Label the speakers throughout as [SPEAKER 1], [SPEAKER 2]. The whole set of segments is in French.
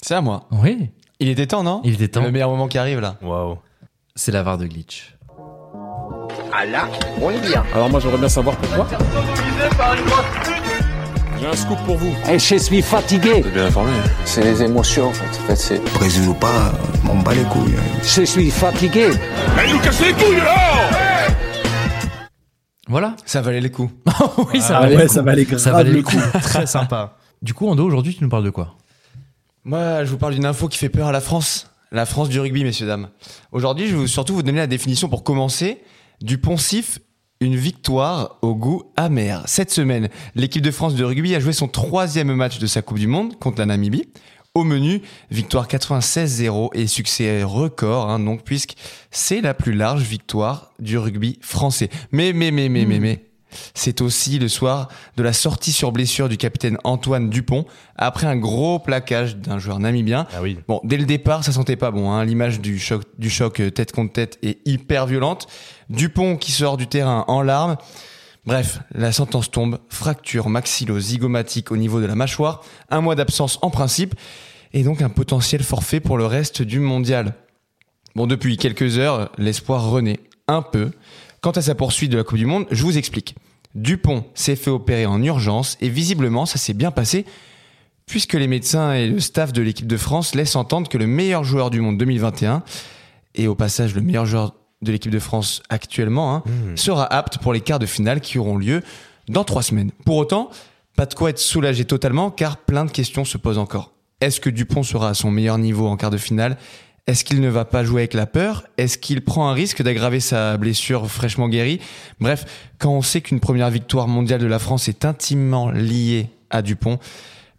[SPEAKER 1] C'est à moi.
[SPEAKER 2] Oui,
[SPEAKER 1] Il était temps, non
[SPEAKER 2] il était temps.
[SPEAKER 1] Le meilleur moment qui arrive là.
[SPEAKER 3] Waouh.
[SPEAKER 2] C'est la VAR de glitch.
[SPEAKER 4] Ah là, on est bien.
[SPEAKER 5] Alors moi j'aimerais bien savoir pourquoi. J'ai un scoop pour vous.
[SPEAKER 4] Et je suis fatigué. bien informé. C'est les émotions, en fait. En fait, c'est...
[SPEAKER 6] Brésil ou pas, je m'en bats les couilles.
[SPEAKER 4] Je suis fatigué.
[SPEAKER 2] Voilà.
[SPEAKER 1] Ça valait le coup.
[SPEAKER 2] oui, ça
[SPEAKER 5] Ah
[SPEAKER 2] valait
[SPEAKER 5] ouais,
[SPEAKER 2] le coup.
[SPEAKER 5] ça valait grave
[SPEAKER 2] Ça valait
[SPEAKER 5] le coup.
[SPEAKER 3] Très sympa.
[SPEAKER 2] Du coup, Ando, aujourd'hui, tu nous parles de quoi
[SPEAKER 1] Moi, je vous parle d'une info qui fait peur à la France. La France du rugby, messieurs, dames. Aujourd'hui, je vais vous- surtout vous donner la définition pour commencer du poncif, une victoire au goût amer. Cette semaine, l'équipe de France de rugby a joué son troisième match de sa Coupe du Monde contre la Namibie. Au menu, victoire 96-0 et succès record, hein, donc, puisque c'est la plus large victoire du rugby français. Mais, mais, mais, mais, mais, mais, c'est aussi le soir de la sortie sur blessure du capitaine Antoine Dupont après un gros plaquage d'un joueur namibien.
[SPEAKER 3] Ah oui.
[SPEAKER 1] Bon, dès le départ, ça sentait pas bon. hein. L'image du choc, du choc euh, tête contre tête est hyper violente. Dupont qui sort du terrain en larmes. Bref, la sentence tombe. Fracture maxillo-zygomatique au niveau de la mâchoire. Un mois d'absence en principe. Et donc un potentiel forfait pour le reste du mondial. Bon, depuis quelques heures, l'espoir renaît un peu. Quant à sa poursuite de la Coupe du Monde, je vous explique. Dupont s'est fait opérer en urgence et visiblement ça s'est bien passé puisque les médecins et le staff de l'équipe de France laissent entendre que le meilleur joueur du monde 2021, et au passage le meilleur joueur de l'équipe de France actuellement, hein, sera apte pour les quarts de finale qui auront lieu dans trois semaines. Pour autant, pas de quoi être soulagé totalement car plein de questions se posent encore. Est-ce que Dupont sera à son meilleur niveau en quart de finale Est-ce qu'il ne va pas jouer avec la peur Est-ce qu'il prend un risque d'aggraver sa blessure fraîchement guérie Bref, quand on sait qu'une première victoire mondiale de la France est intimement liée à Dupont,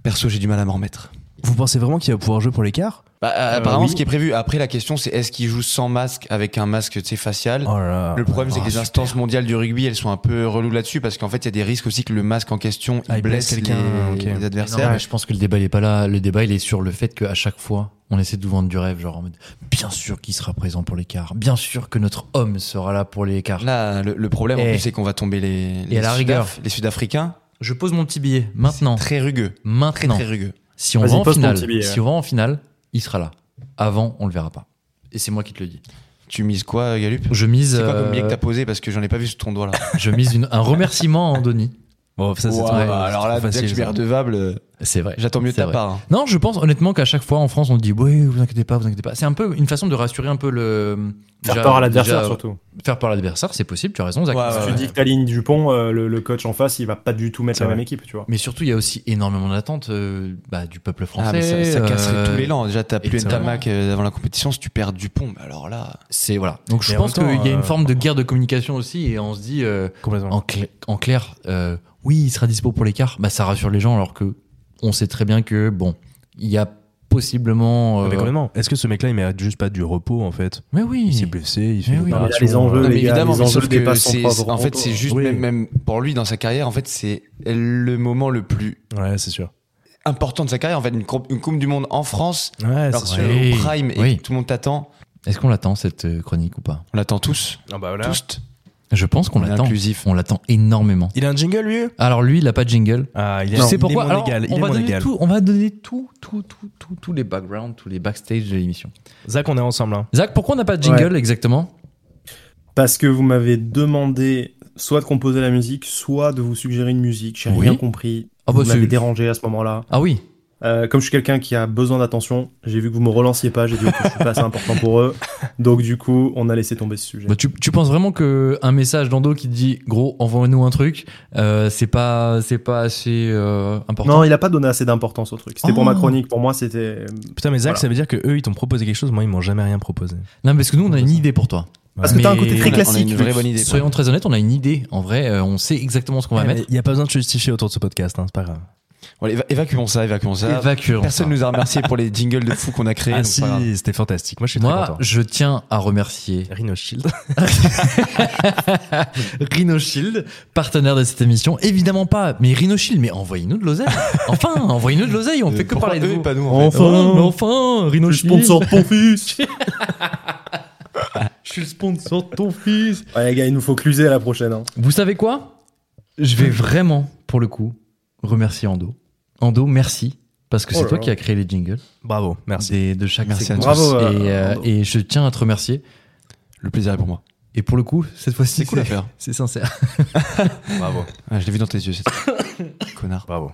[SPEAKER 1] perso j'ai du mal à m'en remettre.
[SPEAKER 7] Vous pensez vraiment qu'il va pouvoir jouer pour l'écart
[SPEAKER 1] Bah, euh, apparemment,
[SPEAKER 5] oui.
[SPEAKER 1] ce qui est prévu. Après, la question, c'est est-ce qu'il joue sans masque avec un masque tu sais, facial
[SPEAKER 7] Oh là là.
[SPEAKER 1] Le problème, c'est
[SPEAKER 7] Oh,
[SPEAKER 1] que les
[SPEAKER 7] super.
[SPEAKER 1] instances mondiales du rugby, elles sont un peu reloues là-dessus parce qu'en fait, il y a des risques aussi que le masque en question il
[SPEAKER 7] Ah, il blesse
[SPEAKER 1] blesse
[SPEAKER 7] quelqu'un,
[SPEAKER 1] les,
[SPEAKER 7] ok.
[SPEAKER 1] les
[SPEAKER 2] Non,
[SPEAKER 1] adversaires.
[SPEAKER 2] mais je pense que le débat il est pas là. Le débat il est sur le fait qu'à chaque fois on essaie de vous vendre du rêve, genre en mode bien sûr qu'il sera présent pour l'écart, bien sûr que notre homme sera là pour l'écart.
[SPEAKER 1] Là, le, le problème, en
[SPEAKER 2] Eh.
[SPEAKER 1] plus, c'est qu'on va tomber les, les,
[SPEAKER 2] à la
[SPEAKER 1] Sudaf-
[SPEAKER 2] rigueur.
[SPEAKER 1] les Sud-Africains.
[SPEAKER 2] Je pose mon petit billet maintenant,
[SPEAKER 1] Très rugueux. Très,
[SPEAKER 2] maintenant.
[SPEAKER 1] très rugueux.
[SPEAKER 2] Si on
[SPEAKER 5] Vas-y,
[SPEAKER 2] va en
[SPEAKER 5] pose ton
[SPEAKER 2] finale,
[SPEAKER 5] petit billet,
[SPEAKER 2] si
[SPEAKER 5] ouais.
[SPEAKER 2] on va en finale, il sera là. Avant, on le verra pas. Et c'est moi qui te le dis.
[SPEAKER 1] Tu mises quoi, Galup
[SPEAKER 2] Je mise,
[SPEAKER 1] C'est quoi comme
[SPEAKER 2] euh,
[SPEAKER 1] billet que t'as posé parce que j'en ai pas vu sous ton doigt là
[SPEAKER 2] je mise une- un remerciement à Andoni.
[SPEAKER 7] Bon, ça, c'est
[SPEAKER 1] Ouah,
[SPEAKER 7] trop-
[SPEAKER 1] Alors là,
[SPEAKER 7] c'est trop
[SPEAKER 1] dès que je
[SPEAKER 7] facile,
[SPEAKER 1] suis
[SPEAKER 7] ça.
[SPEAKER 1] redevable, euh,
[SPEAKER 2] C'est vrai.
[SPEAKER 1] j'attends mieux de
[SPEAKER 2] C'est
[SPEAKER 1] ta
[SPEAKER 2] vrai.
[SPEAKER 1] part. hein.
[SPEAKER 2] Non, je pense honnêtement qu'à chaque fois en France on dit oui, vous inquiétez pas, vous inquiétez pas. C'est un peu une façon de rassurer un peu le
[SPEAKER 5] Faire
[SPEAKER 2] déjà-
[SPEAKER 5] peur à l'adversaire
[SPEAKER 2] déjà, euh,
[SPEAKER 5] surtout.
[SPEAKER 2] Faire peur à l'adversaire, c'est possible. Tu as raison, Zach.
[SPEAKER 1] Ouais, ouais,
[SPEAKER 5] Tu dis que t'alignes Dupont, euh, le, le coach en face, il va pas du tout mettre
[SPEAKER 7] C'est
[SPEAKER 5] la
[SPEAKER 7] vrai.
[SPEAKER 5] même équipe, tu vois.
[SPEAKER 2] Mais surtout, il y a aussi énormément d'attentes euh, bah, du peuple français.
[SPEAKER 1] Ah, mais ça, ça casserait
[SPEAKER 2] euh,
[SPEAKER 1] tous les lans. Déjà, t'as plus
[SPEAKER 2] exactement.
[SPEAKER 1] Ntamak euh, avant la compétition. Si tu perds Dupont, bah alors là.
[SPEAKER 2] C'est voilà. Donc je
[SPEAKER 7] Mais en
[SPEAKER 2] pense qu'il
[SPEAKER 7] même temps,
[SPEAKER 2] y a une
[SPEAKER 7] euh,
[SPEAKER 2] forme de guerre de communication aussi, et on se dit euh,
[SPEAKER 7] Complètement.
[SPEAKER 2] en, cl- en clair, euh, oui, il sera dispo pour l'écart. Bah, ça rassure les gens, alors que on sait très bien que bon, il y a possiblement. euh,
[SPEAKER 8] Mais complètement. Ah bah, Est-ce que ce mec-là, il mérite juste pas du repos en fait
[SPEAKER 2] mais oui.
[SPEAKER 8] Il s'est blessé, il fait
[SPEAKER 2] Mais
[SPEAKER 8] une
[SPEAKER 2] oui. Non, mais
[SPEAKER 8] opération.
[SPEAKER 5] les enjeux,
[SPEAKER 8] Euh,
[SPEAKER 1] Non, mais
[SPEAKER 5] les gars,
[SPEAKER 1] évidemment,
[SPEAKER 5] les
[SPEAKER 1] mais
[SPEAKER 5] enjeux
[SPEAKER 1] sauf que
[SPEAKER 5] dépassent son
[SPEAKER 1] c'est,
[SPEAKER 5] propre
[SPEAKER 1] en fait,
[SPEAKER 5] contour.
[SPEAKER 1] c'est juste,
[SPEAKER 8] Oui.
[SPEAKER 1] même, même pour lui, dans sa carrière, en fait, c'est le moment le plus
[SPEAKER 8] Ouais, c'est sûr.
[SPEAKER 1] important de sa carrière. En fait, une, coupe- une Coupe du Monde en France,
[SPEAKER 8] Ouais,
[SPEAKER 1] alors que
[SPEAKER 8] c'est
[SPEAKER 1] c'est
[SPEAKER 8] sûr.
[SPEAKER 2] vrai.
[SPEAKER 1] au prime et
[SPEAKER 2] Oui.
[SPEAKER 1] que tout le monde t'attend.
[SPEAKER 2] Est-ce qu'on l'attend cette euh, chronique ou pas
[SPEAKER 1] On l'attend tous,
[SPEAKER 8] Ah bah voilà.
[SPEAKER 1] tous.
[SPEAKER 2] Je pense qu'on
[SPEAKER 1] On est
[SPEAKER 2] l'attend.
[SPEAKER 1] inclusif.
[SPEAKER 2] On l'attend énormément.
[SPEAKER 8] Il a un jingle lui
[SPEAKER 2] Alors lui, il a pas de jingle.
[SPEAKER 8] Ah, il
[SPEAKER 2] Tu
[SPEAKER 8] est,
[SPEAKER 2] sais
[SPEAKER 8] il est
[SPEAKER 2] pourquoi
[SPEAKER 8] mon
[SPEAKER 2] Alors,
[SPEAKER 8] égal, il
[SPEAKER 2] on
[SPEAKER 8] est
[SPEAKER 2] va
[SPEAKER 8] mon
[SPEAKER 2] donner
[SPEAKER 8] égal.
[SPEAKER 2] tout, on va donner tout, tout, tout, tout, tous les backgrounds, tous les backstage de l'émission.
[SPEAKER 8] Zach, on est ensemble. Hein.
[SPEAKER 2] Zach, pourquoi on n'a pas de jingle exactement
[SPEAKER 5] Parce que vous m'avez demandé soit de composer la musique, soit de vous suggérer une musique. J'ai
[SPEAKER 2] Oui.
[SPEAKER 5] rien compris.
[SPEAKER 2] Ah bah
[SPEAKER 5] vous m'avez
[SPEAKER 2] c'est-
[SPEAKER 5] dérangé à ce moment-là.
[SPEAKER 2] Ah oui.
[SPEAKER 5] Euh, comme je suis quelqu'un qui a besoin d'attention, j'ai vu que vous me relanciez pas, j'ai vu que je suis pas assez important pour eux. Donc du coup, on a laissé tomber ce sujet.
[SPEAKER 2] Bah, tu, tu penses vraiment que un message d'Ando qui te dit gros envoie-nous un truc, euh, c'est pas c'est pas assez euh, important.
[SPEAKER 5] Non, il a pas donné assez d'importance au truc. C'était
[SPEAKER 2] Oh.
[SPEAKER 5] pour ma chronique, pour moi c'était...
[SPEAKER 8] Putain, mais Zach,
[SPEAKER 5] Voilà.
[SPEAKER 8] ça veut dire que eux, ils t'ont proposé quelque chose, moi, ils m'ont jamais rien proposé.
[SPEAKER 2] Non, parce que nous on a une idée pour toi.
[SPEAKER 5] Parce que t'as un
[SPEAKER 2] Mais
[SPEAKER 5] côté
[SPEAKER 1] On
[SPEAKER 5] très
[SPEAKER 1] a- On a
[SPEAKER 5] classique.
[SPEAKER 1] une vraie
[SPEAKER 5] Luc.
[SPEAKER 1] bonne idée.
[SPEAKER 2] Soyons très honnêtes, on a une idée. En vrai, euh, on sait exactement ce qu'on va
[SPEAKER 8] Ouais, mais
[SPEAKER 2] mettre.
[SPEAKER 8] Il y a pas besoin de justifier autour de ce podcast, hein, c'est pas grave.
[SPEAKER 1] Bon, allez, éva- évacuons ça, évacuons ça.
[SPEAKER 2] Évacuons
[SPEAKER 1] Personne
[SPEAKER 2] ça.
[SPEAKER 1] nous a remercié pour les jingles de fou qu'on a créés.
[SPEAKER 8] Ah
[SPEAKER 1] donc c'est
[SPEAKER 8] si,
[SPEAKER 1] pas grave.
[SPEAKER 8] c'était fantastique. Moi, je suis très
[SPEAKER 2] Moi,
[SPEAKER 8] content.
[SPEAKER 2] je tiens à remercier
[SPEAKER 8] Rhino Shield.
[SPEAKER 2] Rhino Shield, partenaire de cette émission. Évidemment pas, mais Rhino Shield, mais envoyez-nous de l'oseille. Enfin, envoyez-nous de l'oseille, on
[SPEAKER 1] Euh,
[SPEAKER 2] fait que
[SPEAKER 1] pourquoi
[SPEAKER 2] parler de
[SPEAKER 1] eux
[SPEAKER 2] vous.
[SPEAKER 1] et pas nous. en fait
[SPEAKER 5] Enfin,
[SPEAKER 2] Oh, mais enfin, Rhino
[SPEAKER 5] le
[SPEAKER 2] Shield.
[SPEAKER 5] sponsor de ton fils
[SPEAKER 2] Je suis le sponsor de ton fils.
[SPEAKER 5] Ouais les gars, il nous faut cluser à la prochaine. hein.
[SPEAKER 2] Vous savez quoi Je vais vraiment, pour le coup, remercier Ando. Ando, merci Parce que
[SPEAKER 5] Oh
[SPEAKER 2] c'est
[SPEAKER 5] là
[SPEAKER 2] toi
[SPEAKER 5] là.
[SPEAKER 2] qui as créé les jingles
[SPEAKER 8] Bravo, merci.
[SPEAKER 2] des- de chaque
[SPEAKER 1] Merci à
[SPEAKER 2] séquence.
[SPEAKER 5] tous. Bravo,
[SPEAKER 2] et, euh,
[SPEAKER 5] Arnaud.
[SPEAKER 2] et je tiens à te remercier.
[SPEAKER 1] Le plaisir est pour moi.
[SPEAKER 2] Et pour le coup, cette fois-ci,
[SPEAKER 1] C'est cool à faire.
[SPEAKER 2] c'est sincère.
[SPEAKER 8] Bravo,
[SPEAKER 1] Ah, je l'ai vu dans tes yeux, c'est Connard.
[SPEAKER 8] bravo.